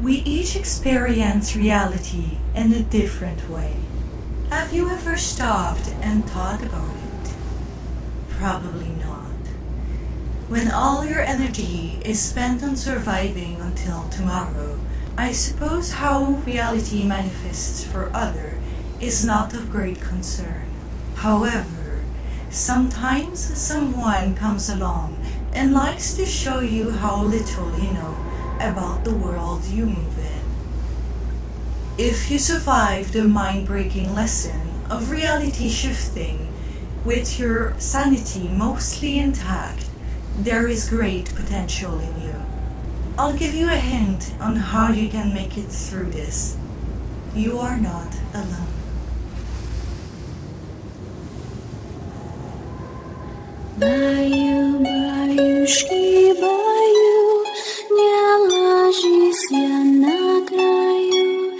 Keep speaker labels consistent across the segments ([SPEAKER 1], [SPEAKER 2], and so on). [SPEAKER 1] We each experience reality in a different way. Have you ever stopped and thought about it? Probably not. When all your energy is spent on surviving until tomorrow, I suppose how reality manifests for other is not of great concern. However, sometimes someone comes along and likes to show you how little you know about the world you move in. If you survive the mind breaking lesson of reality shifting with your sanity mostly intact, there is great potential in you. I'll give you a hint on how you can make it through this. You are not alone.
[SPEAKER 2] Баю, баюшки, баю, не ложись я на краю.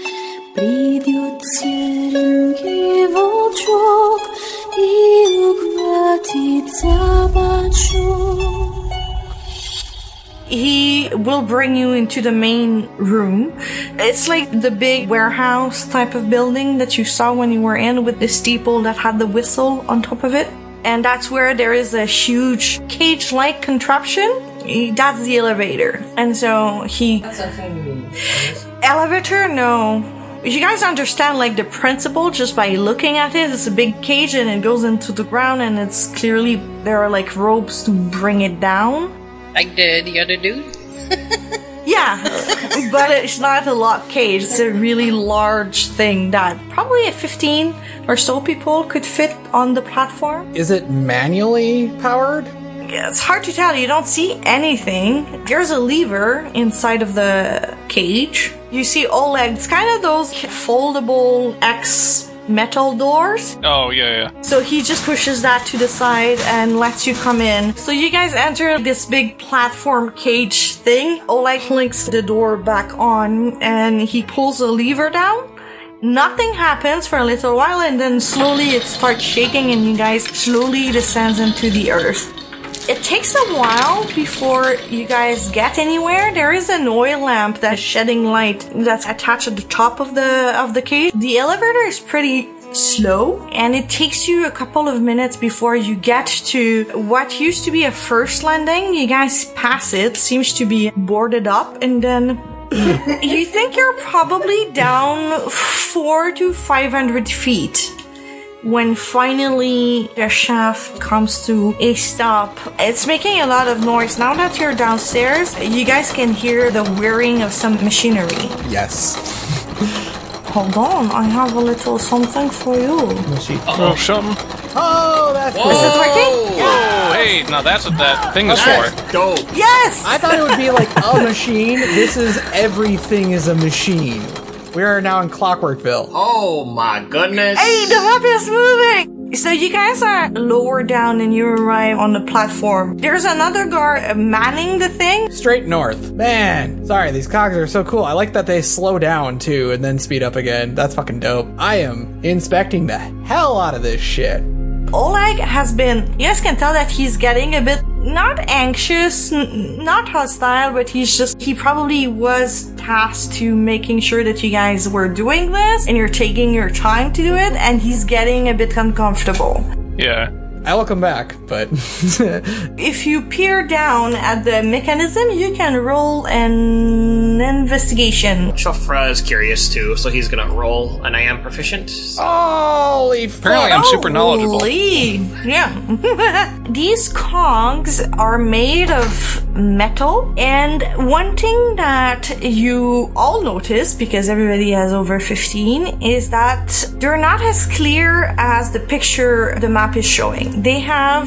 [SPEAKER 2] Придет серенький волчок и ухватит за бочок.
[SPEAKER 3] He will bring you into the main room. It's like the big warehouse type of building that you saw when you were in with the steeple that had the whistle on top of it. And that's where there is a huge cage like contraption. He- That's the elevator. And so he.
[SPEAKER 4] That's something
[SPEAKER 3] Elevator? No. You guys understand like the principle just by looking at it. It's a big cage and it goes into the ground and it's clearly there are like ropes to bring it down.
[SPEAKER 5] Like the, the other dude?
[SPEAKER 3] Yeah, but it's not a locked cage. It's a really large thing that probably 15 or so people could fit on the platform.
[SPEAKER 6] Is it manually powered?
[SPEAKER 3] It's hard to tell. You don't see anything. There's a lever inside of the cage. You see Oleg. It's kind of those foldable X metal doors.
[SPEAKER 7] Oh, yeah, yeah.
[SPEAKER 3] So he just pushes that to the side and lets you come in. So you guys enter this big platform cage thing. Oleg clinks the door back on and he pulls the lever down. Nothing happens for a little while and then slowly it starts shaking and you guys slowly descends into the earth. It takes a while before you guys get anywhere. There is an oil lamp that's shedding light that's attached at the top of the of the cage. The elevator is pretty slow and it takes you a couple of minutes before you get to what used to be a first landing. You guys pass it, seems to be boarded up and then you think you're probably down four to five hundred feet when finally the shaft comes to a stop. It's making a lot of noise. Now that you're downstairs, you guys can hear the whirring of some machinery.
[SPEAKER 6] Yes.
[SPEAKER 3] Hold on, I have a little something for you.
[SPEAKER 7] Oh, something.
[SPEAKER 6] Oh, that's
[SPEAKER 3] Is it working?
[SPEAKER 7] Oh, hey, now that's what that thing is for.
[SPEAKER 6] That's dope.
[SPEAKER 3] Yes!
[SPEAKER 6] I thought it would be like a machine. This is everything is a machine. We are now in Clockworkville.
[SPEAKER 4] Oh my goodness.
[SPEAKER 3] Hey, the map is moving! So you guys are lower down and you arrive on the platform. There's another guard uh, manning the thing.
[SPEAKER 6] Straight north. Man, sorry, these cogs are so cool. I like that they slow down too and then speed up again. That's fucking dope. I am inspecting the hell out of this shit.
[SPEAKER 3] Oleg has been, you guys can tell that he's getting a bit not anxious, n- not hostile, but he's just, he probably was tasked to making sure that you guys were doing this and you're taking your time to do it and he's getting a bit uncomfortable.
[SPEAKER 7] Yeah.
[SPEAKER 6] I will come back, but
[SPEAKER 3] If you peer down at the mechanism, you can roll an investigation.
[SPEAKER 8] Chofra is curious too, so he's gonna roll, and I am proficient.
[SPEAKER 6] holy fuck!
[SPEAKER 7] Apparently, I'm super knowledgeable.
[SPEAKER 3] Holy. Yeah. These cogs are made of metal, and one thing that you all notice, because everybody has over 15, is that they're not as clear as the picture the map is showing. They have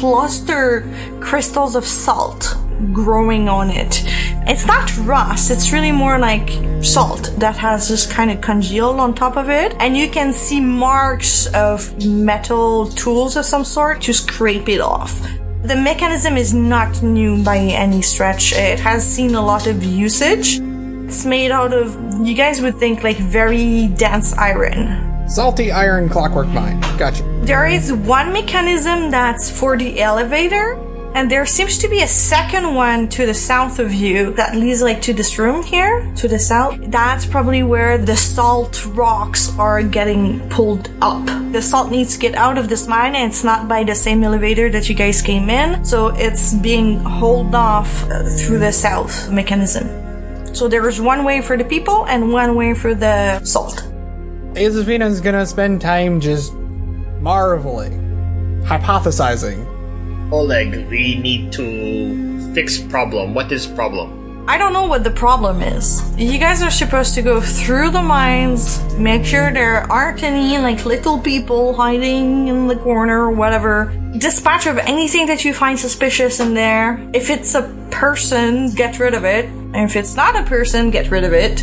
[SPEAKER 3] cluster crystals of salt growing on it. It's not rust, it's really more like salt that has just kind of congealed on top of it. And you can see marks of metal tools of some sort to scrape it off. The mechanism is not new by any stretch, it has seen a lot of usage. It's made out of, you guys would think, like very dense iron.
[SPEAKER 6] Salty iron clockwork mine. Gotcha.
[SPEAKER 3] There is one mechanism that's for the elevator, And there seems to be a second one to the south of you that leads like to this room here, to the south. That's probably where the salt rocks are getting pulled up. The salt needs to get out of this mine and it's not by the same elevator that you guys came in. So it's being hauled off uh, through the south mechanism. So there is one way for the people and one way for the salt.
[SPEAKER 6] Josefina's gonna spend time just marveling, hypothesizing.
[SPEAKER 8] Oleg, we need to fix problem. What is problem?
[SPEAKER 3] I don't know what the problem is. You guys are supposed to go through the mines, make sure there aren't any like little people hiding in the corner or whatever. Dispatch of anything that you find suspicious in there. If it's a person, get rid of it. And if it's not a person, get rid of it.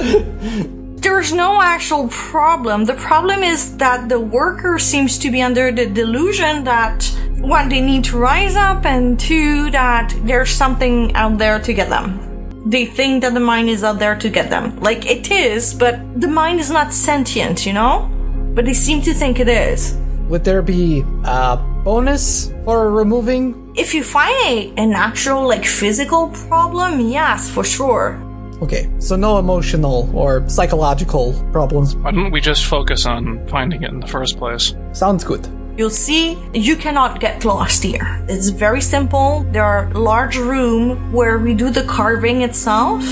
[SPEAKER 3] there's no actual problem. The problem is that the worker seems to be under the delusion that one, they need to rise up, and two, that there's something out there to get them. They think that the mind is out there to get them. Like it is, but the mind is not sentient, you know? But they seem to think it is.
[SPEAKER 6] Would there be a bonus for removing?
[SPEAKER 3] If you find a, an actual, like, physical problem, yes, for sure.
[SPEAKER 6] Okay, so no emotional or psychological problems.
[SPEAKER 7] Why don't we just focus on finding it in the first place?
[SPEAKER 6] Sounds good.
[SPEAKER 3] You'll see you cannot get lost here. It's very simple. There are large room where we do the carving itself.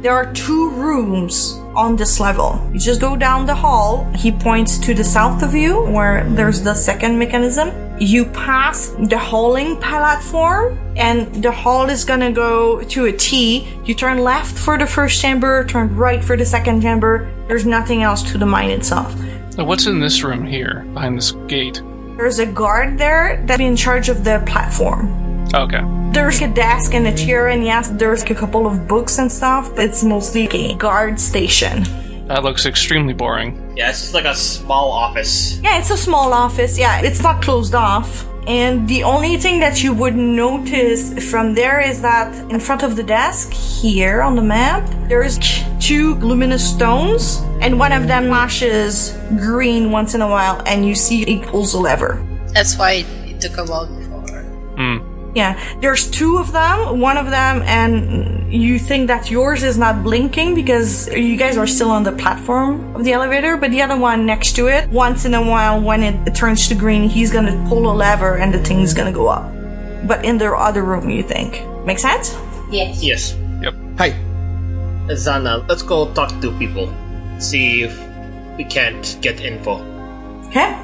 [SPEAKER 3] There are two rooms on this level. You just go down the hall. He points to the south of you where there's the second mechanism. You pass the hauling platform and the hall is gonna go to a T. You turn left for the first chamber, turn right for the second chamber. There's nothing else to the mine itself.
[SPEAKER 7] Now, what's in this room here, behind this gate?
[SPEAKER 3] There's a guard there that's in charge of the platform.
[SPEAKER 7] Okay.
[SPEAKER 3] There's a desk and a chair, and yes, there's a couple of books and stuff. It's mostly a guard station.
[SPEAKER 7] That looks extremely boring.
[SPEAKER 8] Yeah, it's just like a small office.
[SPEAKER 3] Yeah, it's a small office. Yeah, it's not closed off. And the only thing that you would notice from there is that in front of the desk here on the map, there's two luminous stones, and one of them flashes green once in a while, and you see it pulls a lever.
[SPEAKER 5] That's why it took a while before.
[SPEAKER 3] Yeah, there's two of them. One of them, and you think that yours is not blinking because you guys are still on the platform of the elevator, but the other one next to it, once in a while, when it turns to green, he's gonna pull a lever and the thing's gonna go up. But in the other room, you think. Make sense?
[SPEAKER 5] Yes.
[SPEAKER 8] Yes.
[SPEAKER 6] Hi.
[SPEAKER 8] Zana, let's go talk to people. See if we can't get info.
[SPEAKER 3] Okay.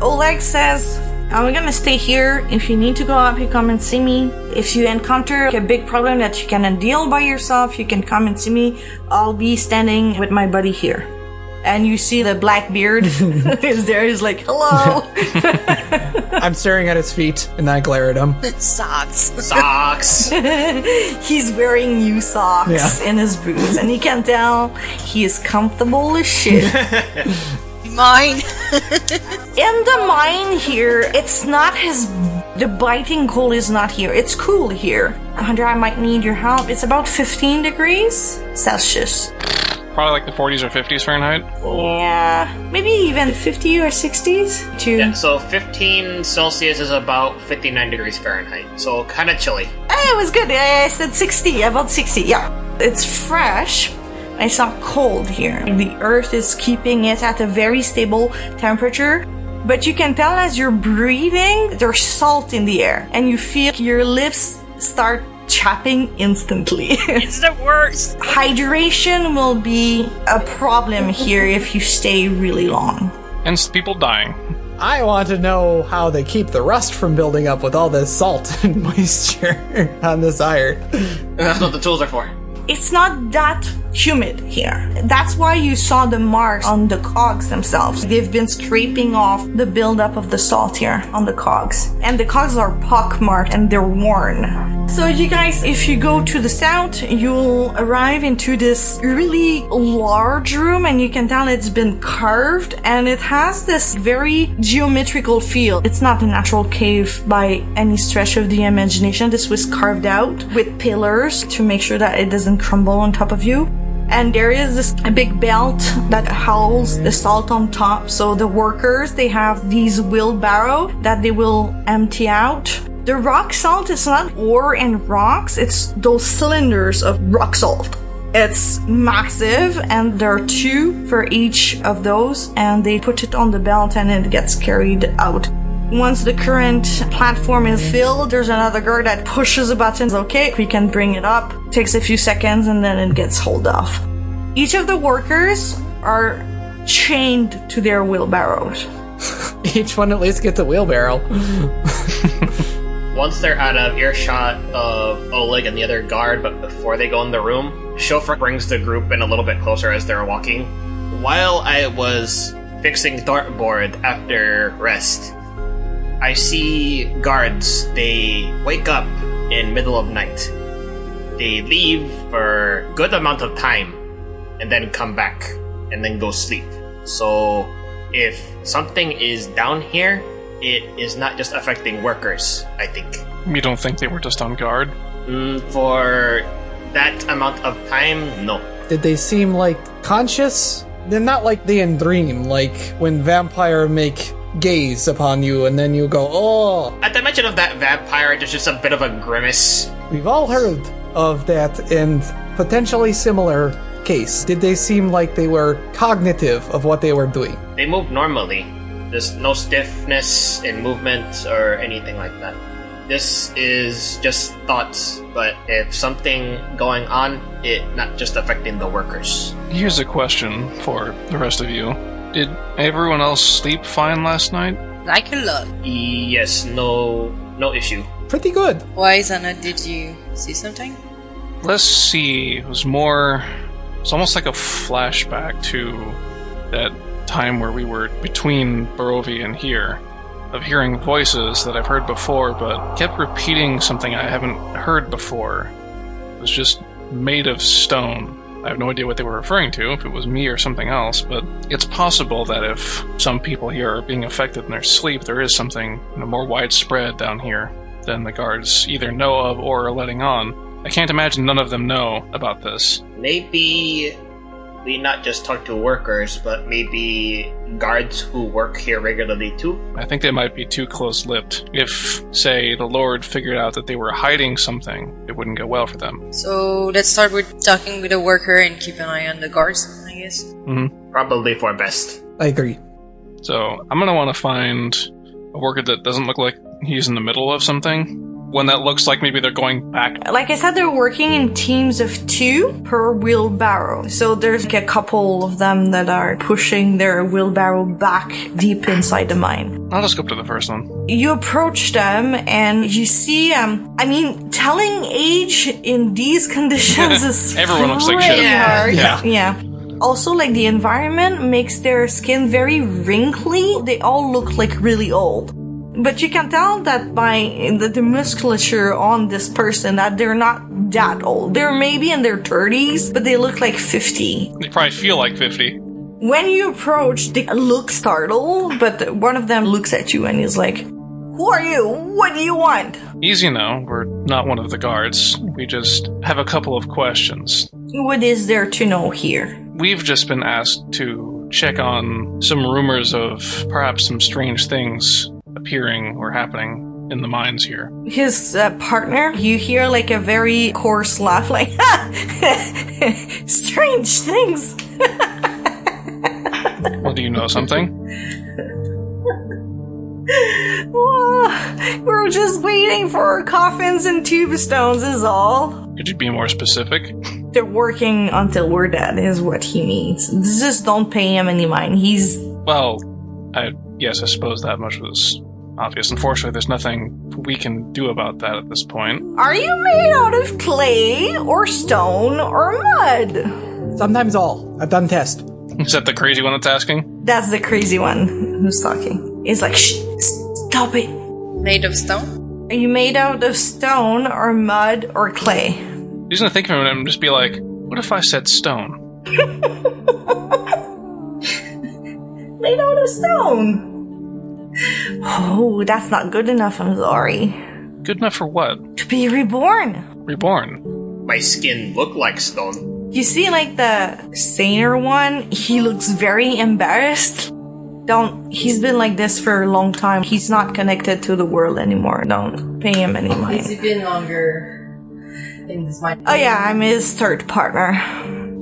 [SPEAKER 3] Oleg says, I'm gonna stay here. If you need to go up, you come and see me. If you encounter a big problem that you cannot deal by yourself, you can come and see me. I'll be standing with my buddy here. And you see the black beard is there. He's like, hello.
[SPEAKER 6] I'm staring at his feet and I glare at him.
[SPEAKER 5] Socks.
[SPEAKER 8] Socks!
[SPEAKER 3] He's wearing new socks
[SPEAKER 6] Yeah.
[SPEAKER 3] in his boots. And you can tell he is comfortable as shit.
[SPEAKER 5] Mine.
[SPEAKER 3] in the mine here, it's not his. The biting cold is not here. It's cool here. Hunter, I might need your help. It's about 15 degrees Celsius.
[SPEAKER 7] Probably like the 40s or 50s Fahrenheit.
[SPEAKER 3] Yeah, maybe even 50 or 60s. To
[SPEAKER 8] yeah, so 15 Celsius is about 59 degrees Fahrenheit, so kinda chilly.
[SPEAKER 3] Eh, it was good. I said 60, about 60. Yeah, it's fresh. It's not cold here. The earth is keeping it at a very stable temperature. But you can tell as you're breathing, there's salt in the air, and you feel your lips start chapping instantly.
[SPEAKER 5] It's the worst.
[SPEAKER 3] Hydration will be a problem here if you stay really long.
[SPEAKER 7] And s- people dying.
[SPEAKER 6] I want to know how they keep the rust from building up with all this salt and moisture on this iron.
[SPEAKER 8] That's what the tools are for.
[SPEAKER 3] it's not that humid here. That's why you saw the marks on the cogs themselves. They've been scraping off the buildup of the salt here on the cogs. And the cogs are pockmarked and they're worn. So you guys, if you go to the south, you'll arrive into this really large room and you can tell it's been carved and it has this very geometrical feel. It's not a natural cave by any stretch of the imagination. This was carved out with pillars to make sure that it doesn't crumble on top of you. and there is this big belt that holds the salt on top. So the workers they have these wheelbarrow that they will empty out. The rock salt is not ore and rocks; it's those cylinders of rock salt. It's massive, and there are two for each of those, and they put it on the belt, and it gets carried out. Once the current platform is filled, there's another guard that pushes a button. Okay, we can bring it up. Takes a few seconds, and then it gets hauled off. Each of the workers are chained to their wheelbarrows.
[SPEAKER 6] Each one at least gets a wheelbarrow.
[SPEAKER 8] Once they're out of earshot of Oleg and the other guard, but before they go in the room, Chauffeur brings the group in a little bit closer as they're walking. While I was fixing dartboard after rest, I see guards. They wake up in middle of night. They leave for good amount of time, and then come back, and then go sleep. So, if something is down here, it is not just affecting workers. I think.
[SPEAKER 7] You don't think they were just on guard?
[SPEAKER 8] Mm, for that amount of time, no.
[SPEAKER 6] Did they seem like conscious? They're not like the in dream, like when vampire make gaze upon you and then you go, oh.
[SPEAKER 8] At the mention of that vampire, there's just a bit of a grimace.
[SPEAKER 6] We've all heard of that and potentially similar case. Did they seem like they were cognitive of what they were doing?
[SPEAKER 8] They move normally. There's no stiffness in movement or anything like that. This is just thoughts, but if something going on, it not just affecting the workers.
[SPEAKER 7] Here's a question for the rest of you. Did everyone else sleep fine last night?
[SPEAKER 5] Like a lot.
[SPEAKER 8] Yes, no, no issue.
[SPEAKER 6] Pretty good.
[SPEAKER 5] Why, Zana, did you see something?
[SPEAKER 7] Let's see. It was more. It's almost like a flashback to that time where we were between Barovia and here, of hearing voices that I've heard before, but kept repeating something I haven't heard before. It was just made of stone. I have no idea what they were referring to, if it was me or something else, but it's possible that if some people here are being affected in their sleep, there is something you know, more widespread down here than the guards either know of or are letting on. I can't imagine none of them know about this.
[SPEAKER 8] Maybe we not just talk to workers, but maybe guards who work here regularly too.
[SPEAKER 7] I think they might be too close lipped. If, say, the Lord figured out that they were hiding something, it wouldn't go well for them.
[SPEAKER 5] So let's start with talking with a worker and keep an eye on the guards, I guess.
[SPEAKER 7] hmm
[SPEAKER 8] Probably for best.
[SPEAKER 6] I agree.
[SPEAKER 7] So I'm gonna want to find a worker that doesn't look like he's in the middle of something. One that looks like maybe they're going back.
[SPEAKER 3] Like I said, they're working in teams of two per wheelbarrow. So there's like a couple of them that are pushing their wheelbarrow back deep inside the mine.
[SPEAKER 7] I'll just go up to the first one.
[SPEAKER 3] you approach them and you see um i mean telling age in these conditions is
[SPEAKER 7] Everyone looks like
[SPEAKER 3] really
[SPEAKER 7] shit.
[SPEAKER 5] Yeah.
[SPEAKER 3] hard.
[SPEAKER 7] Yeah.
[SPEAKER 3] yeah also like the environment makes their skin very wrinkly they all look like really old but you can tell that by the, the musculature on this person that they're not that old they're maybe in their 30s but they look like 50
[SPEAKER 7] They probably feel like 50.
[SPEAKER 3] when you approach, they look startled, but one of them looks at you and is like, Who are you? What do you want?
[SPEAKER 7] Easy now, we're not one of the guards. We just have a couple of questions.
[SPEAKER 3] What is there to know here?
[SPEAKER 7] We've just been asked to check on some rumors of perhaps some strange things appearing or happening in the mines here.
[SPEAKER 3] His uh, partner, you hear like a very coarse laugh, like, ha! Strange things.
[SPEAKER 7] Well, do you know something?
[SPEAKER 3] Whoa, We're just waiting for our coffins and tombstones, is all.
[SPEAKER 7] Could you be more specific?
[SPEAKER 3] They're working until we're dead, is what he means. Just don't pay him any mind. He's
[SPEAKER 7] Well, I yes, I suppose that much was obvious. Unfortunately, there's nothing we can do about that at this point.
[SPEAKER 3] Are you made out of clay or stone or mud?
[SPEAKER 6] Sometimes all. I've done test.
[SPEAKER 7] Is that the crazy one that's asking?
[SPEAKER 3] That's the crazy one who's talking. He's like, shh, stop it.
[SPEAKER 5] Made of stone?
[SPEAKER 3] Are you made out of stone or mud or clay?
[SPEAKER 7] He's gonna think of it and just be like, "What if I said stone?"
[SPEAKER 3] Made out of stone. Oh, that's not good enough. I'm sorry.
[SPEAKER 7] Good enough for what?
[SPEAKER 3] To be reborn.
[SPEAKER 7] Reborn.
[SPEAKER 8] My skin look like stone.
[SPEAKER 3] You see, like the saner one, he looks very embarrassed. Don't. He's been like this for a long time. He's not connected to the world anymore. Don't pay him any
[SPEAKER 9] It's
[SPEAKER 3] mind.
[SPEAKER 9] been longer in this mind.
[SPEAKER 3] Oh yeah, I'm his third partner.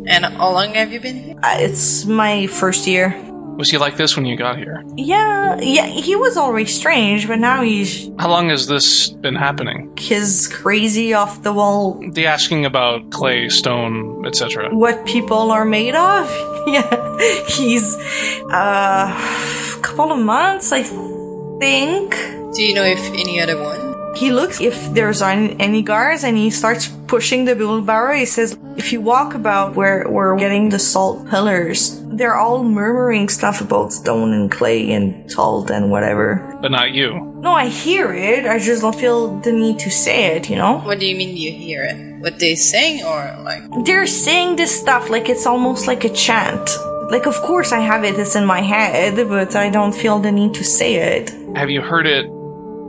[SPEAKER 5] And how long have you been here?
[SPEAKER 3] Uh, It's my first year.
[SPEAKER 7] Was he like this when you got here?
[SPEAKER 3] Yeah, yeah. He was always strange, but now he's
[SPEAKER 7] How long has this been happening?
[SPEAKER 3] his crazy off the wall.
[SPEAKER 7] The asking about clay, stone, etc.
[SPEAKER 3] What people are made of. yeah, he's uh, a couple of months, I think.
[SPEAKER 5] Do you know if any other one?
[SPEAKER 3] He looks if there's an- any guards and he starts pushing the wheelbarrow. He says, If you walk about where we're getting the salt pillars, they're all murmuring stuff about stone and clay and salt and whatever.
[SPEAKER 7] But not you.
[SPEAKER 3] No, I hear it. I just don't feel the need to say it, you know?
[SPEAKER 5] What do you mean you hear it? What they saying or like
[SPEAKER 3] They're saying this stuff like it's almost like a chant. Like, of course, I have it, it's in my head, but I don't feel the need to say it.
[SPEAKER 7] Have you heard it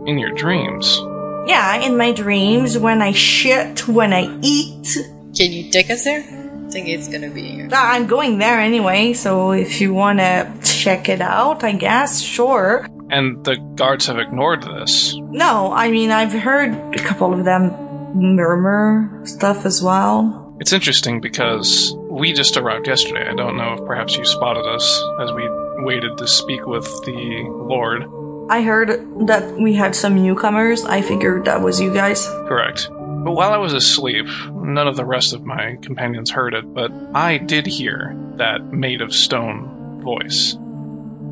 [SPEAKER 7] in your dreams?
[SPEAKER 3] Yeah, in my dreams, when I shit, when I eat,
[SPEAKER 5] can you take us there? I think it's gonna be here.
[SPEAKER 3] Uh, I'm going there anyway, so if you want to check it out, I guess, sure.
[SPEAKER 7] And the guards have ignored this.
[SPEAKER 3] No, I mean, I've heard a couple of them murmur stuff as well.
[SPEAKER 7] It's interesting because we just arrived yesterday. I don't know if perhaps you spotted us as we waited to speak with the Lord.
[SPEAKER 3] I heard that we had some newcomers. I figured that was you guys.
[SPEAKER 7] Correct. But while I was asleep, none of the rest of my companions heard it, but I did hear that made of stone voice.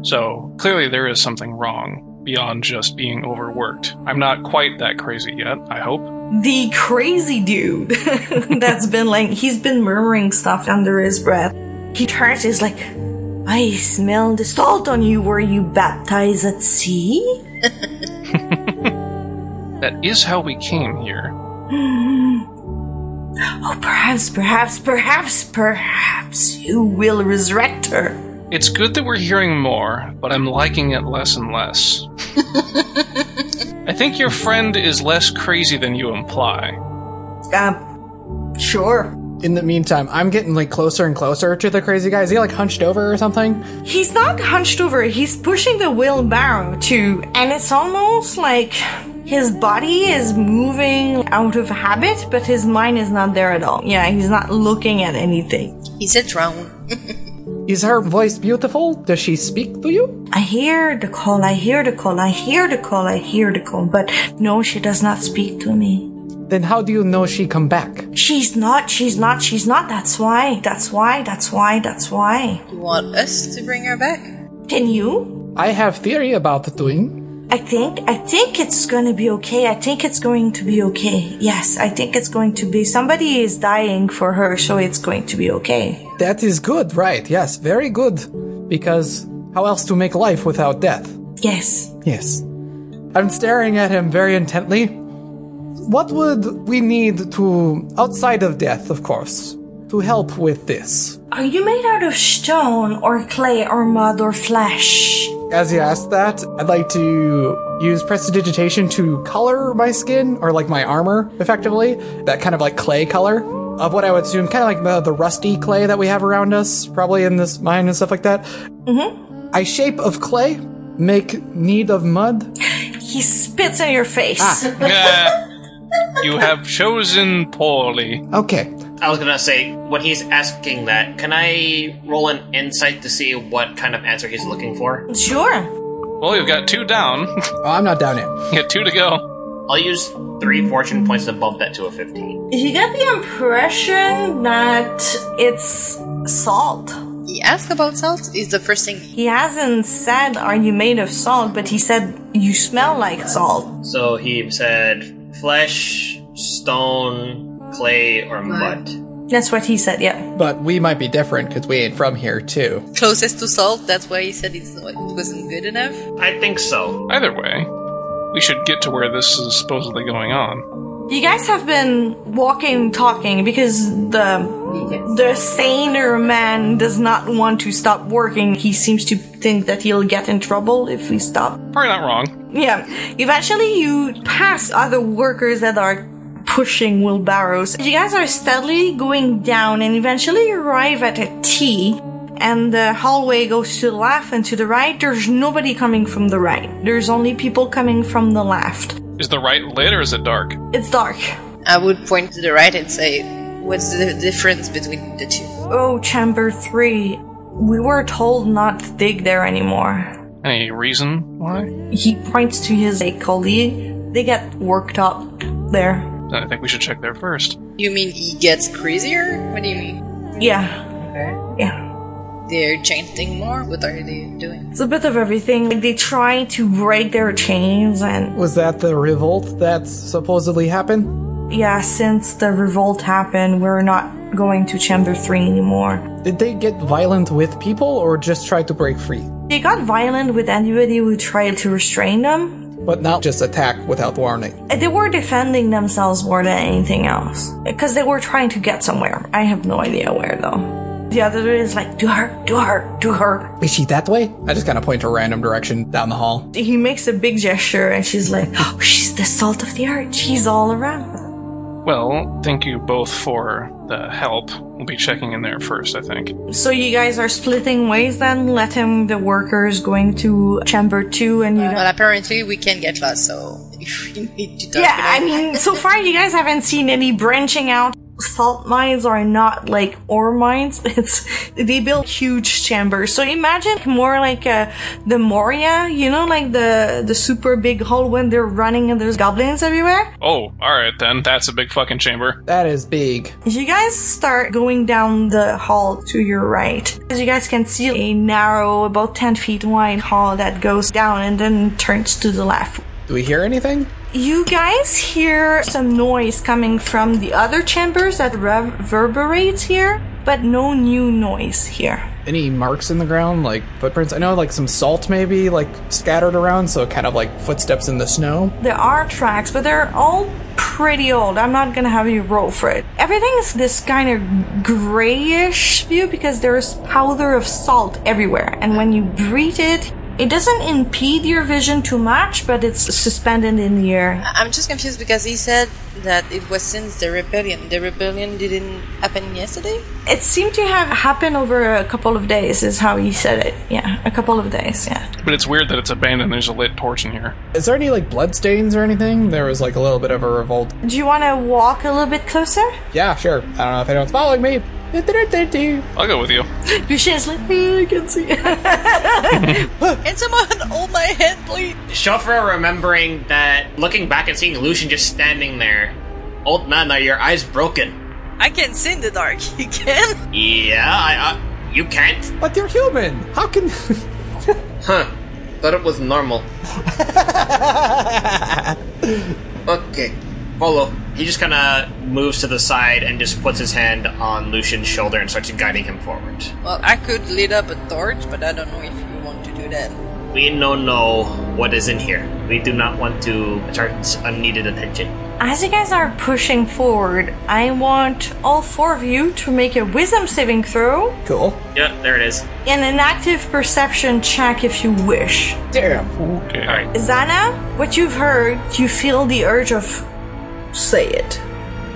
[SPEAKER 7] So clearly there is something wrong beyond just being overworked. I'm not quite that crazy yet, I hope.
[SPEAKER 3] The crazy dude that's been like, he's been murmuring stuff under his breath. He turns, he's like, I smell the salt on you. Were you baptized at sea?
[SPEAKER 7] That is how we came here.
[SPEAKER 3] Oh, perhaps, perhaps, perhaps, perhaps you will resurrect her.
[SPEAKER 7] It's good that we're hearing more, but I'm liking it less and less. I think your friend is less crazy than you imply.
[SPEAKER 3] Um, sure.
[SPEAKER 6] In the meantime, I'm getting like closer and closer to the crazy guy. Is he like hunched over or something?
[SPEAKER 3] He's not hunched over, he's pushing the wheelbarrow too, and it's almost like his body is moving out of habit, but his mind is not there at all. Yeah, he's not looking at anything.
[SPEAKER 5] He's a drone.
[SPEAKER 6] Is her voice beautiful? Does she speak to you?
[SPEAKER 3] I hear the call, I hear the call, I hear the call, I hear the call, but no, she does not speak to me.
[SPEAKER 6] Then how do you know she come back?
[SPEAKER 3] She's not, she's not, she's not, that's why, that's why, that's why, that's why.
[SPEAKER 5] You want us to bring her back?
[SPEAKER 3] Can you?
[SPEAKER 6] I have theory about doing.
[SPEAKER 3] I think I think it's gonna be okay. I think it's going to be okay. Yes, I think it's going to be somebody is dying for her, so it's going to be okay.
[SPEAKER 6] That is good, right? Yes, very good. Because how else to make life without death?
[SPEAKER 3] Yes.
[SPEAKER 6] Yes. I'm staring at him very intently. What would we need to, outside of death, of course, to help with this?
[SPEAKER 3] Are you made out of stone or clay or mud or flesh?
[SPEAKER 6] As you asked that, I'd like to use prestidigitation to color my skin, or like my armor, effectively. That kind of like clay color of what I would assume, kind of like the, the rusty clay that we have around us, probably in this mine and stuff like that. Mm-hmm. I shape of clay, make need of mud.
[SPEAKER 3] He spits in your face.
[SPEAKER 7] Ah. Yeah. you have chosen poorly.
[SPEAKER 6] Okay.
[SPEAKER 8] I was gonna say, when he's asking that, can I roll an insight to see what kind of answer he's looking for?
[SPEAKER 3] Sure.
[SPEAKER 7] Well, you've got two down.
[SPEAKER 6] Oh, I'm not down yet.
[SPEAKER 7] you got two to go.
[SPEAKER 8] I'll use three fortune points to bump that to a 15.
[SPEAKER 3] You get the impression that it's salt.
[SPEAKER 5] He asked about salt is the first thing
[SPEAKER 3] He hasn't said are you made of salt, but he said you smell like salt.
[SPEAKER 8] So he said flesh, stone, clay, or mud.
[SPEAKER 3] That's what he said, yeah.
[SPEAKER 6] But we might be different because we ain't from here, too.
[SPEAKER 5] closest to salt, that's why he said it's, it wasn't good enough.
[SPEAKER 8] I think so.
[SPEAKER 7] Either way, we should get to where this is supposedly going on.
[SPEAKER 3] You guys have been walking, talking because the the saner man does not want to stop working. He seems to think that he'll get in trouble if we stop.
[SPEAKER 7] Probably not wrong.
[SPEAKER 3] Yeah. Eventually, you pass other workers that are pushing wheelbarrows. You guys are steadily going down and eventually you arrive at a T. And the hallway goes to the left and to the right. There's nobody coming from the right. There's only people coming from the left.
[SPEAKER 7] Is the right lit or is it dark?
[SPEAKER 3] It's dark.
[SPEAKER 5] I would point to the right and say, "What's the difference between the two?
[SPEAKER 3] Oh, chamber three. We were told not to dig there anymore.
[SPEAKER 7] Any reason why?
[SPEAKER 3] He points to his colleague. They get worked up there.
[SPEAKER 7] I think we should check there first.
[SPEAKER 5] You mean he gets crazier? What do you mean?
[SPEAKER 3] Yeah,
[SPEAKER 5] Okay.
[SPEAKER 3] yeah.
[SPEAKER 5] They're chanting more. What are they doing?
[SPEAKER 3] It's a bit of everything. Like they try to break their chains, and
[SPEAKER 6] Was that the revolt that supposedly happened?
[SPEAKER 3] yeah, since the revolt happened, we're not going to chamber three anymore.
[SPEAKER 6] Did they get violent with people or just try to break free?
[SPEAKER 3] They got violent with anybody who tried to restrain them.
[SPEAKER 6] But not just attack without warning.
[SPEAKER 3] They were defending themselves more than anything else because they were trying to get somewhere. I have no idea where though. The other is like, do her, do her, do her.
[SPEAKER 6] Is she that way? I just kind of point a random direction down the hall.
[SPEAKER 3] he makes a big gesture and she's like, oh, she's the salt of the earth. She's all around.
[SPEAKER 7] Well, thank you both for the help. We'll be checking in there first, I think.
[SPEAKER 3] So you guys are splitting ways then, letting the workers going to chamber two and you guys-
[SPEAKER 5] Well, apparently we can get lost, so if we need to talk
[SPEAKER 3] Yeah,
[SPEAKER 5] about
[SPEAKER 3] I mean, so far you guys haven't seen any branching out. Salt mines are not like ore mines. It's they build huge chambers. So imagine more like uh, the Moria, you know, like the the super big hall when they're running and there's goblins everywhere.
[SPEAKER 7] Oh, alright then. That's a big fucking chamber.
[SPEAKER 6] That is big.
[SPEAKER 3] You guys start going down the hall to your right. As you guys can see, a narrow, about 10 feet wide hall that goes down and then turns to the left.
[SPEAKER 6] Do we hear anything?
[SPEAKER 3] You guys hear some noise coming from the other chambers that reverberates here, but no new noise here.
[SPEAKER 6] Any marks in the ground, like footprints? I know, like some salt maybe, like scattered around, so kind of like footsteps in the snow.
[SPEAKER 3] There are tracks, but they're all pretty old. I'm not gonna have you roll for it. Everything is this kind of grayish view because there's powder of salt everywhere, and when you breathe it, it doesn't impede your vision too much, but it's suspended in the air.
[SPEAKER 5] I'm just confused because he said that it was since the rebellion. The rebellion didn't happen yesterday?
[SPEAKER 3] It seemed to have happened over a couple of days, is how he said it. Yeah, a couple of days, yeah.
[SPEAKER 7] But it's weird that it's abandoned. There's a lit torch in here.
[SPEAKER 6] Is there any like bloodstains or anything? There was like a little bit of a revolt.
[SPEAKER 3] Do you want to walk a little bit closer?
[SPEAKER 6] Yeah, sure. I don't know if anyone's following me.
[SPEAKER 7] I'll go with you.
[SPEAKER 3] Lucian's like, "Eh, I can see.
[SPEAKER 5] Can someone hold my hand, please?
[SPEAKER 8] Shofra remembering that looking back and seeing Lucian just standing there. Old man, are your eyes broken?
[SPEAKER 5] I can see in the dark. You can?
[SPEAKER 8] Yeah, I, uh, you can't?
[SPEAKER 6] But you're human. How can?
[SPEAKER 8] Huh. Thought it was normal. okay. Follow. He just kind of moves to the side and just puts his hand on Lucian's shoulder and starts guiding him forward.
[SPEAKER 5] Well, I could lit up a torch, but I don't know if you want to do that.
[SPEAKER 8] We no know what is in here. We do not want to attract unneeded attention.
[SPEAKER 3] As you guys are pushing forward, I want all four of you to make a wisdom saving throw
[SPEAKER 6] cool.
[SPEAKER 8] Yep, there it is.
[SPEAKER 3] and an active perception check if you wish.
[SPEAKER 6] Damn.
[SPEAKER 7] Okay.
[SPEAKER 8] Alright.
[SPEAKER 3] Zana, what you've heard, you feel the urge of say it.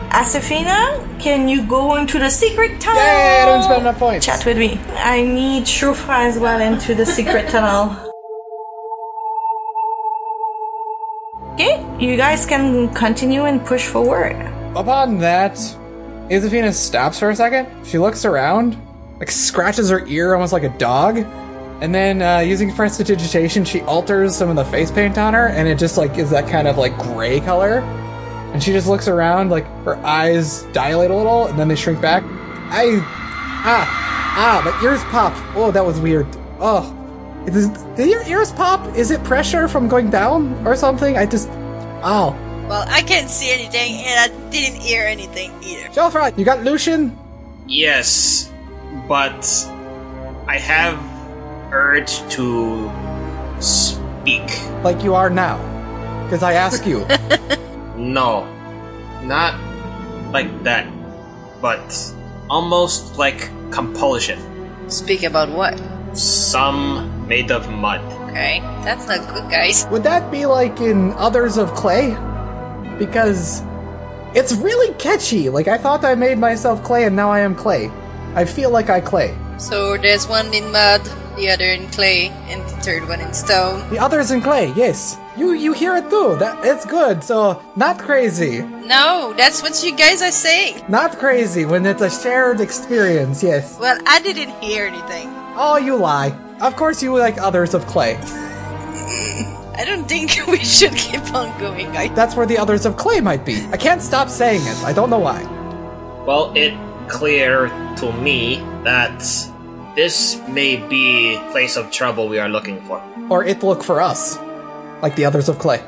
[SPEAKER 3] Asafina, can you go into the secret tunnel?
[SPEAKER 6] Yay! I didn't spend enough points.
[SPEAKER 3] Chat with me. I need Shufra as well into the secret tunnel. Okay, you guys can continue and push forward.
[SPEAKER 6] Upon that, Isafina stops for a second. She looks around, like scratches her ear almost like a dog, and then uh, using prestidigitation, she alters some of the face paint on her, and it just like is that kind of like gray color. And she just looks around, like her eyes dilate a little, and then they shrink back. I, ah, ah, my ears popped. Oh, that was weird. Oh, is, did your ears pop? Is it pressure from going down or something? I just, oh.
[SPEAKER 5] Well, I can't see anything, and I didn't hear anything either.
[SPEAKER 6] Jofra, you got Lucian?
[SPEAKER 8] Yes, but I have urge to speak.
[SPEAKER 6] like you are now. Because I ask you.
[SPEAKER 8] No, not like that, but almost like compulsion.
[SPEAKER 5] Speak about what?
[SPEAKER 8] Some made of mud.
[SPEAKER 5] Okay, that's not good, guys.
[SPEAKER 6] would that be like in Others of Clay? Because It's really catchy. Like I thought I made myself clay and now I am clay. I feel like I clay.
[SPEAKER 5] So there's one in mud, the other in clay, and the third one in stone.
[SPEAKER 6] The others in clay, yes. You you hear it too. That it's good. So not crazy.
[SPEAKER 5] No, that's what you guys are saying.
[SPEAKER 6] Not crazy when it's a shared experience, yes.
[SPEAKER 5] Well, I didn't hear anything.
[SPEAKER 6] Oh, you lie. Of course you like others of clay.
[SPEAKER 5] I don't think we should keep on going. I
[SPEAKER 6] That's where the others of clay might be. I can't stop saying it. I don't know why.
[SPEAKER 8] Well, it clear to me that this may be place of trouble we are looking for.
[SPEAKER 6] Or it look for us. Like the others of clay.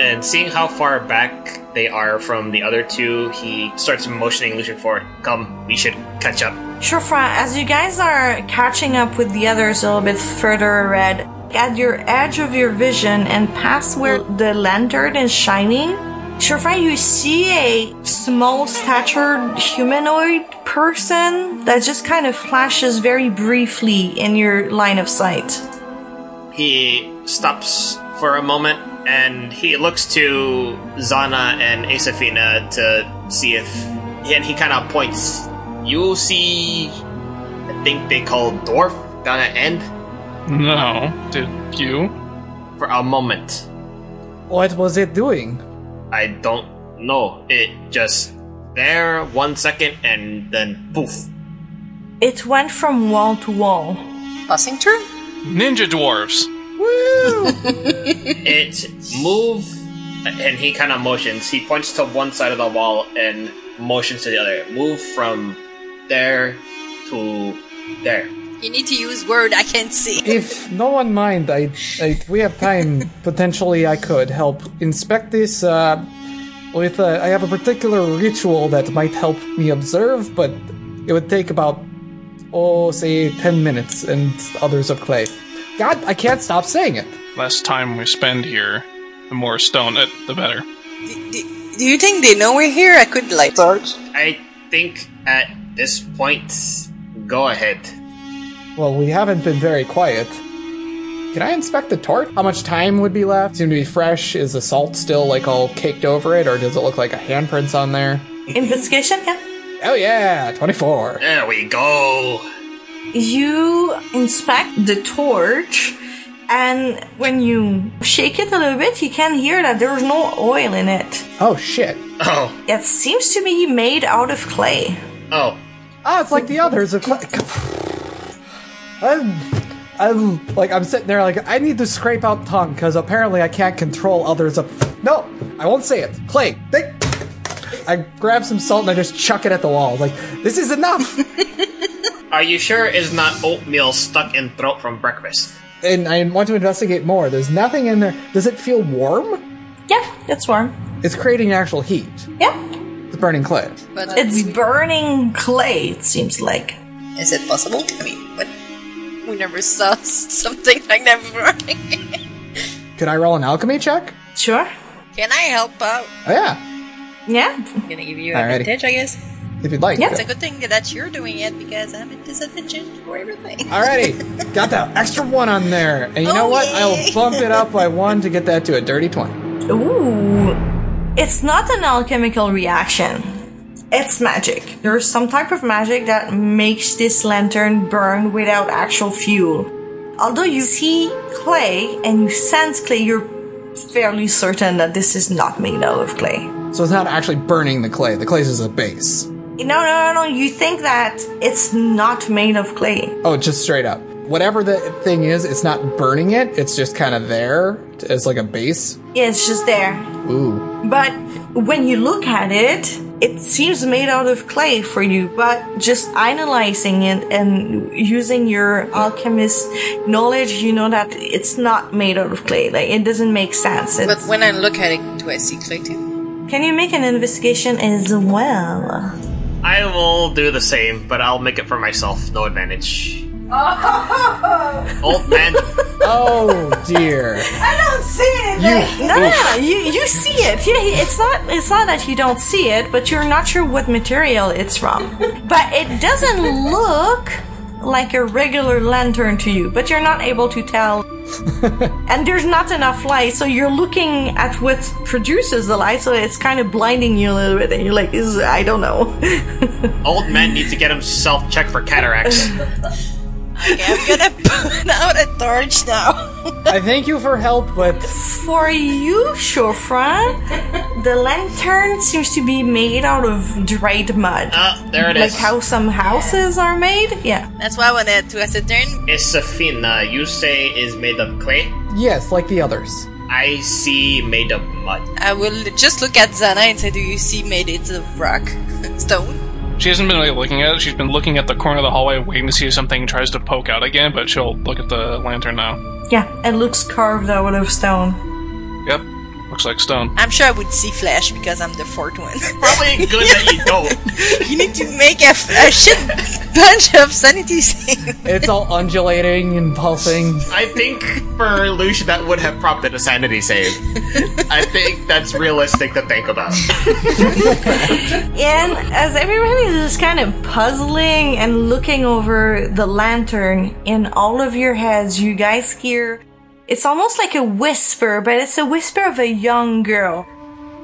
[SPEAKER 8] And seeing how far back they are from the other two, he starts motioning Lucian forward. Come, we should catch up.
[SPEAKER 3] Shofra, as you guys are catching up with the others a little bit further red, at your edge of your vision and past where the lantern is shining, Shofra, you see a small statured humanoid person that just kind of flashes very briefly in your line of sight.
[SPEAKER 8] He stops for a moment and he looks to Zana and Asafina to see if. And he kind of points. You see. I think they call Dwarf gonna end
[SPEAKER 7] No. Did you?
[SPEAKER 8] for a moment.
[SPEAKER 6] What was it doing?
[SPEAKER 8] I don't know. It just. There, one second, and then poof.
[SPEAKER 3] It went from wall to wall.
[SPEAKER 5] passing through.
[SPEAKER 7] Ninja dwarves!
[SPEAKER 8] It move, and he kind of motions. He points to one side of the wall and motions to the other. Move from there to there.
[SPEAKER 5] You need to use word I can't see.
[SPEAKER 6] If no one mind, I, I we have time. Potentially, I could help inspect this. Uh, with uh, I have a particular ritual that might help me observe, but it would take about oh, say ten minutes, and others of clay. God, I can't stop saying it.
[SPEAKER 7] Less time we spend here, the more stone, uh, the better.
[SPEAKER 5] Do, do- do you think they know we're here? I could like search.
[SPEAKER 8] I think at this point, go ahead.
[SPEAKER 6] Well, we haven't been very quiet. Can I inspect the tart? How much time would be left? Seem to be fresh. Is the salt still like all caked over it, or does it look like a handprints on there?
[SPEAKER 3] Investigation? Yeah.
[SPEAKER 6] Oh yeah, twenty-four.
[SPEAKER 8] There we go.
[SPEAKER 3] you inspect the torch and when you shake it a little bit you can hear that there's no oil in it
[SPEAKER 6] Oh shit.
[SPEAKER 8] Oh,
[SPEAKER 3] it seems to be made out of clay
[SPEAKER 8] oh.
[SPEAKER 6] Oh, it's like the others. Of cla- I'm, I'm like I'm sitting there like I need to scrape out tongue because apparently I can't control others. Of- no, I won't say it. Clay. They- I grab some salt and I just chuck it at the wall. Like this is enough.
[SPEAKER 8] Are you sure it's not oatmeal stuck in throat from breakfast?
[SPEAKER 6] and I want to investigate more. There's nothing in there. Does it feel warm?
[SPEAKER 3] yeah it's warm
[SPEAKER 6] It's creating actual heat.
[SPEAKER 3] yeah
[SPEAKER 6] It's burning clay.
[SPEAKER 5] But
[SPEAKER 3] it's burning clay it seems like
[SPEAKER 5] is it possible? I mean, what? We never saw s- something like that before.
[SPEAKER 6] Could I roll an alchemy check?
[SPEAKER 3] sure
[SPEAKER 5] Can I help out?
[SPEAKER 6] Oh yeah,
[SPEAKER 3] yeah
[SPEAKER 5] I'm gonna give you
[SPEAKER 6] Alrighty.
[SPEAKER 5] advantage, I guess.
[SPEAKER 6] if you'd like.
[SPEAKER 3] Yeah.
[SPEAKER 5] It's a good thing that you're doing it because I'm at disadvantage for everything.
[SPEAKER 6] Alrighty, got that extra one on there. And you know
[SPEAKER 5] Oh,
[SPEAKER 6] what?
[SPEAKER 5] yay.
[SPEAKER 6] I'll bump it up by one to get that to a dirty 20.
[SPEAKER 3] ooh it's not an alchemical reaction it's magic there's some type of magic that makes this lantern burn without actual fuel although you see clay and you sense clay, you're fairly certain that this is not made out of clay.
[SPEAKER 6] So it's not actually burning the clay. The clay is just a base.
[SPEAKER 3] No, no, no, no, you think that it's not made of clay.
[SPEAKER 6] Oh, just straight up. Whatever the thing is, it's not burning it. It's just kind of there. It's like a base.
[SPEAKER 3] It's just there.
[SPEAKER 6] Ooh.
[SPEAKER 3] But when you look at it, it seems made out of clay for you, but just analyzing it and using your alchemist knowledge, you know that it's not made out of clay. Like, it doesn't make sense.
[SPEAKER 5] But
[SPEAKER 3] It's,
[SPEAKER 5] when I look at it, do I see clay too?
[SPEAKER 3] can you make an investigation as well?
[SPEAKER 8] I will do the same, but I'll make it for myself. No advantage. Old man.
[SPEAKER 6] Oh, dear.
[SPEAKER 3] I don't see it.
[SPEAKER 6] You-
[SPEAKER 3] no, no, no, you you see it. Yeah, it's not it's not that you don't see it, but you're not sure what material it's from. but it doesn't look like a regular lantern to you, but you're not able to tell and there's not enough light, so you're looking at what produces the light, so it's kind of blinding you a little bit, and you're like, this is, I don't know.
[SPEAKER 8] Old man needs to get himself checked for cataracts.
[SPEAKER 5] Okay, I'm gonna put out a torch now.
[SPEAKER 6] I thank you for help, but
[SPEAKER 3] For you, Shofra, the lantern seems to be made out of dried mud.
[SPEAKER 8] Ah, there it
[SPEAKER 3] like
[SPEAKER 8] is.
[SPEAKER 3] how some houses are made? Yeah.
[SPEAKER 5] That's why I wanted to ascertain.
[SPEAKER 8] Isafina, uh, you say is made of clay.
[SPEAKER 6] yes, like the others.
[SPEAKER 8] I see made of mud.
[SPEAKER 5] I will just look at Zana and say, "Do you see made it of rock, stone?"
[SPEAKER 7] She hasn't been really looking at it. She's been looking at the corner of the hallway, waiting to see if something tries to poke out again. But she'll look at the lantern now.
[SPEAKER 3] Yeah, it looks carved out of stone.
[SPEAKER 7] Yep, looks like stone.
[SPEAKER 5] I'm sure I would see flash because I'm the fourth one.
[SPEAKER 8] Probably good that you don't.
[SPEAKER 5] you need to make a, f- a shit bunch of sanity saves.
[SPEAKER 6] It's all undulating and pulsing.
[SPEAKER 8] I think for Lucia that would have prompted a sanity save. I think that's realistic to think about.
[SPEAKER 3] And as everyone is just kind of puzzling and looking over the lantern, in all of your heads, you guys hear it's almost like a whisper, but it's a whisper of a young girl.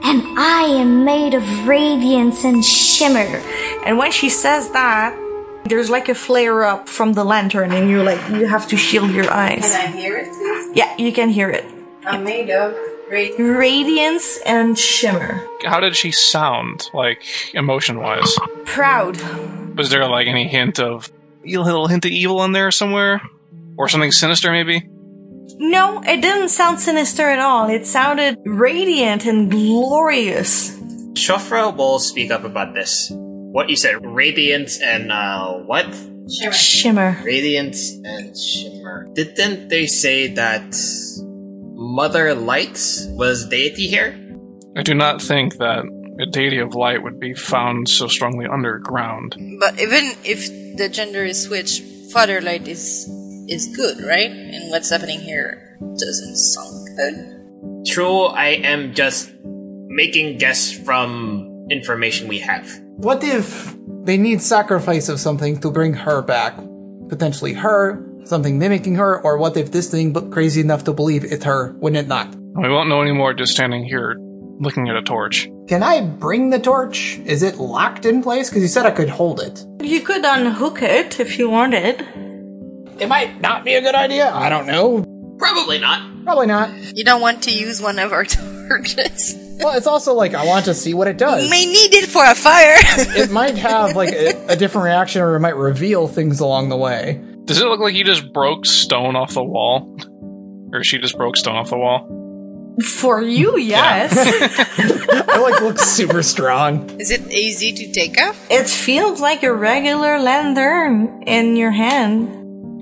[SPEAKER 2] And I am made of radiance and shimmer.
[SPEAKER 3] And when she says that, there's like a flare up from the lantern, and you like you have to shield your eyes.
[SPEAKER 9] Can I hear it, please?
[SPEAKER 3] Yeah, you can hear it.
[SPEAKER 9] I'm made of great.
[SPEAKER 3] Radiance and shimmer.
[SPEAKER 7] How did she sound, like emotion wise?
[SPEAKER 3] Proud.
[SPEAKER 7] Was there like any hint of a little hint of evil in there somewhere, or something sinister maybe?
[SPEAKER 3] No, it didn't sound sinister at all. It sounded radiant and glorious.
[SPEAKER 8] Shofra will speak up about this. What you said, radiance and uh, what?
[SPEAKER 9] Shimmer.
[SPEAKER 3] Shimmer.
[SPEAKER 8] Radiance and shimmer. Didn't they say that Mother Light was deity here?
[SPEAKER 7] I do not think that a deity of light would be found so strongly underground.
[SPEAKER 5] But even if the gender is switched, Father Light is is good, right? And what's happening here doesn't sound good.
[SPEAKER 8] True, I am just making guess from information we have.
[SPEAKER 6] What if they need sacrifice of something to bring her back? Potentially her, something mimicking her, or what if this thing but crazy enough to believe it's her when it not?
[SPEAKER 7] We won't know any more just standing here looking at a torch.
[SPEAKER 6] Can I bring the torch? Is it locked in place? Because you said I could hold it.
[SPEAKER 3] You could unhook it if you wanted.
[SPEAKER 6] It might not be a good idea. I don't know.
[SPEAKER 8] Probably not.
[SPEAKER 6] Probably not.
[SPEAKER 5] You don't want to use one of our torches.
[SPEAKER 6] Well, it's also like I want to see what it does.
[SPEAKER 5] You may need it for a fire.
[SPEAKER 6] It might have like a, a different reaction, or it might reveal things along the way.
[SPEAKER 7] Does it look like you just broke stone off the wall? Or she just broke stone off the wall?
[SPEAKER 3] For you, yes.
[SPEAKER 6] It like looks super strong.
[SPEAKER 5] is it easy to take off?
[SPEAKER 3] it feels like a regular lantern in your hand.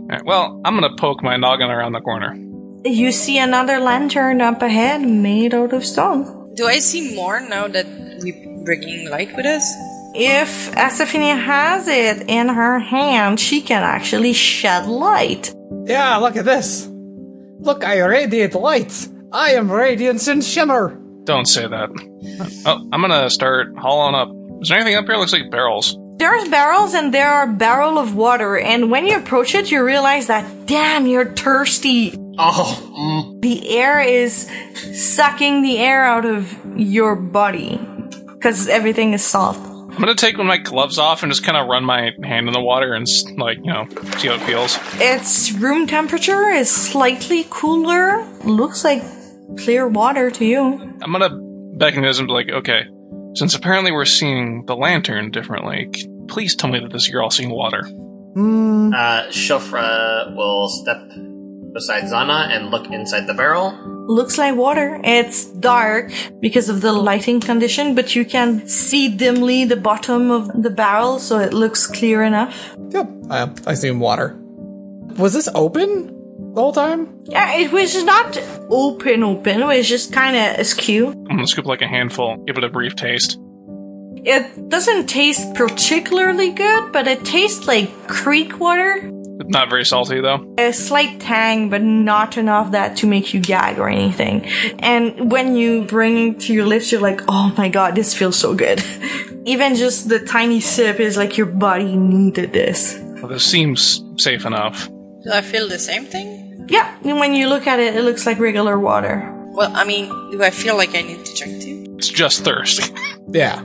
[SPEAKER 7] Alright, well, I'm gonna poke my noggin around the corner.
[SPEAKER 3] You see another lantern up ahead made out of stone.
[SPEAKER 5] Do I see more now that we're bringing light with us?
[SPEAKER 3] If Asafina has it in her hand, she can actually shed light.
[SPEAKER 6] Yeah, look at this. Look, I radiate light. I am radiance and shimmer.
[SPEAKER 7] Don't say that. Oh, I'm gonna start hauling up. Is there anything up here? Looks like barrels.
[SPEAKER 3] There's barrels and there are barrel of water, and when you approach it, you realize that damn, you're thirsty.
[SPEAKER 8] Oh,
[SPEAKER 3] The air is sucking the air out of your body because everything is salt.
[SPEAKER 7] I'm gonna take my gloves off and just kind of run my hand in the water and s- like you know see how it feels.
[SPEAKER 3] Its room temperature is slightly cooler. Looks like clear water to you.
[SPEAKER 7] I'm gonna beckon this and be like, okay, since apparently we're seeing the lantern differently, c- please tell me that this you're all seeing water.
[SPEAKER 8] Uh, Shofra will step beside Zana and look inside the barrel.
[SPEAKER 3] Looks like water. It's dark because of the lighting condition, but you can see dimly the bottom of the barrel, so it looks clear enough.
[SPEAKER 6] Yep. I, I assume water. Was this open the whole time?
[SPEAKER 3] Yeah, Uh, it was not open, open. It was just kind of askew.
[SPEAKER 7] I'm gonna scoop like a handful, give it a brief taste.
[SPEAKER 3] It doesn't taste particularly good, but it tastes like creek water.
[SPEAKER 7] Not very salty though.
[SPEAKER 3] A slight tang, but not enough that to make you gag or anything. And when you bring it to your lips, you're like, oh my god, this feels so good. Even just the tiny sip is like your body needed this.
[SPEAKER 7] Well, this seems safe enough.
[SPEAKER 5] Do I feel the same thing?
[SPEAKER 3] Yeah, when you look at it, it looks like regular water.
[SPEAKER 5] Well, I mean, do I feel like I need to drink too?
[SPEAKER 7] It's just thirst.
[SPEAKER 6] Yeah.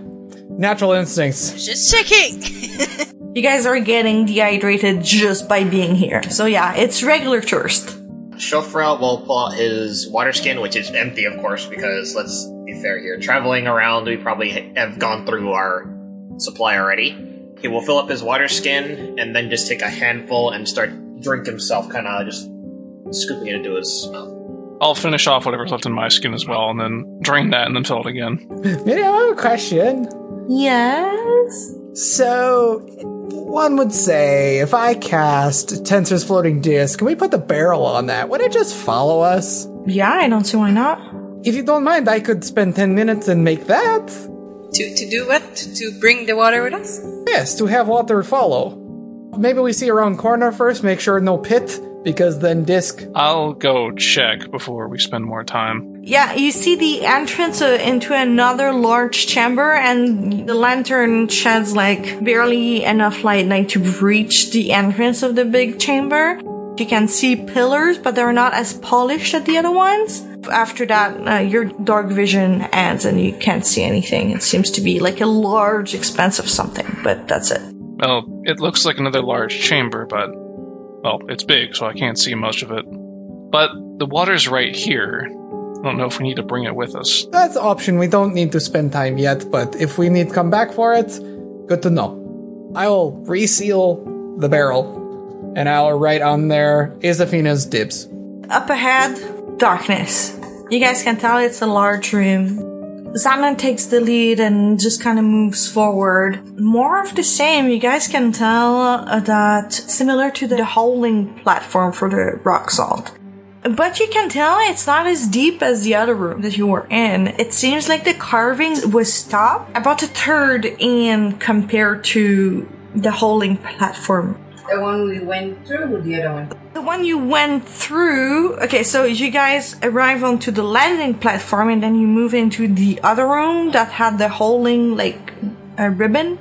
[SPEAKER 6] Natural instincts.
[SPEAKER 5] Just checking.
[SPEAKER 3] You guys are getting dehydrated just by being here. So yeah, it's regular thirst.
[SPEAKER 8] Shofra will pull out his water skin, which is empty, of course, because let's be fair here. Traveling around, we probably ha- have gone through our supply already. He will fill up his water skin and then just take a handful and start drink himself, kind of just scooping it into his mouth.
[SPEAKER 7] I'll finish off whatever's left in my skin as well, and then drain that and then fill it again.
[SPEAKER 6] Maybe I have a question.
[SPEAKER 3] Yes.
[SPEAKER 6] So, one would say if I cast Tensor's floating disc, can we put the barrel on that? Would it just follow us?
[SPEAKER 3] Yeah, I don't see why not.
[SPEAKER 6] If you don't mind, I could spend 10 minutes and make that.
[SPEAKER 5] to, to do what? To, to bring the water with us?
[SPEAKER 6] Yes, to have water follow. Maybe we see around corner first, make sure no pit, because then disc.
[SPEAKER 7] I'll go check before we spend more time.
[SPEAKER 3] Yeah, you see the entrance uh, into another large chamber, and the lantern sheds like barely enough light, like to reach the entrance of the big chamber. You can see pillars, but they're not as polished as the other ones. After that, uh, your dark vision ends, and you can't see anything. It seems to be like a large expanse of something, but that's it.
[SPEAKER 7] Well, it looks like another large chamber, but well, it's big, so I can't see much of it. But the water's right here. I don't know if we need to bring it with us.
[SPEAKER 6] That's option. We don't need to spend time yet, but if we need come back for it, good to know. I'll reseal the barrel, and I'll write on there Isafina's dibs.
[SPEAKER 3] Up ahead, darkness. You guys can tell it's a large room. Xanon takes the lead and just kind of moves forward. More of the same. You guys can tell uh, that similar to the holding platform for the rock salt. But you can tell it's not as deep as the other room that you were in. It seems like the carving was stopped about a third in compared to the holding platform
[SPEAKER 9] The one we went through, the other one.
[SPEAKER 3] the one you went through. Okay, so you guys arrive onto the landing platform and then you move into the other room that had the holding like a ribbon.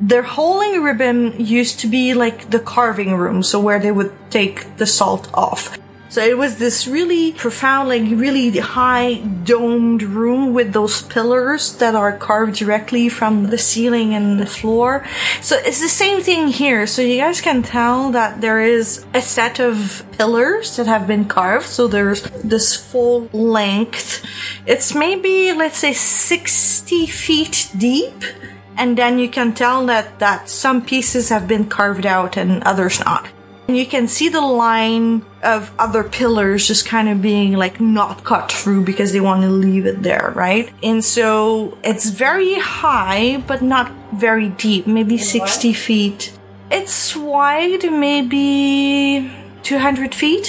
[SPEAKER 3] The holding ribbon used to be like the carving room, so where they would take the salt off. So it was this really profound, like really high domed room with those pillars that are carved directly from the ceiling and the floor. So it's the same thing here. So you guys can tell that there is a set of pillars that have been carved. So there's this full length. It's maybe, let's say, 60 feet deep. And then you can tell that, that some pieces have been carved out and others not. And you can see the line of other pillars just kind of being like not cut through because they want to leave it there, right? And so it's very high, but not very deep, maybe 60 feet. It's wide, maybe 200 feet.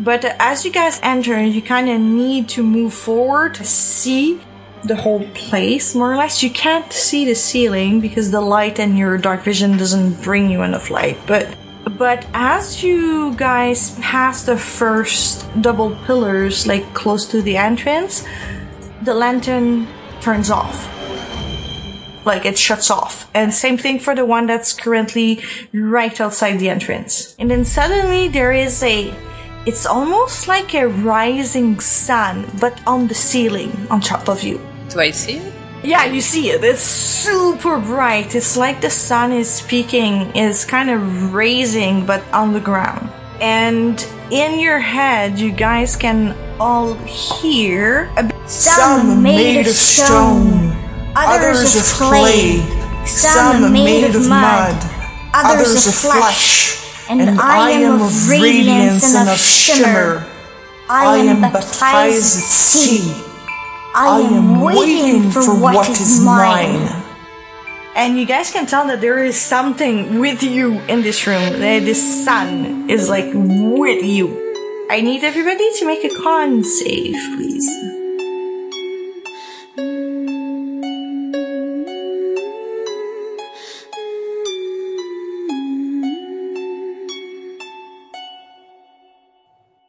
[SPEAKER 3] but as you guys enter, you kind of need to move forward to see the whole place, more or less. You can't see the ceiling because the light and your dark vision doesn't bring you enough light, but but as you guys pass the first double pillars, like close to the entrance, the lantern turns off. Like it shuts off. And same thing for the one that's currently right outside the entrance. And then suddenly there is a. It's almost like a rising sun, but on the ceiling, on top of you.
[SPEAKER 5] Do I see it?
[SPEAKER 3] Yeah, you see it. It's super bright. It's like the sun is speaking, is kind of raising, but on the ground. And in your head, you guys can all hear a bit.
[SPEAKER 2] Some are made of stone, others of clay, some are made of mud, others of flesh, and I am of radiance and of shimmer. I am baptized at sea. I am waiting for what is mine.
[SPEAKER 3] And you guys can tell that there is something with you in this room. Eh, This sun is like with you. I need everybody to make a con save, please.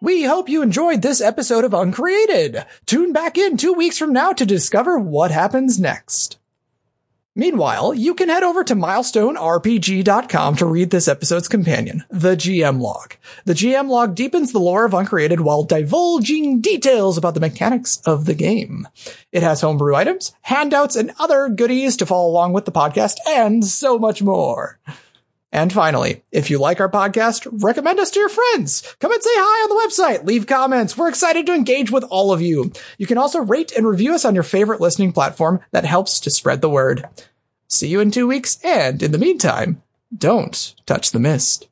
[SPEAKER 6] We hope you enjoyed this episode of Uncreated. Tune back in two weeks from now to discover what happens next. Meanwhile, you can head over to milestonerpg.com to read this episode's companion, the GM log. The GM log deepens the lore of Uncreated while divulging details about the mechanics of the game. It has homebrew items, handouts, and other goodies to follow along with the podcast, and so much more. And finally, if you like our podcast, recommend us to your friends. Come and say hi on the website. Leave comments. We're excited to engage with all of you. You can also rate and review us on your favorite listening platform that helps to spread the word. See you in two weeks. And in the meantime, don't touch the mist.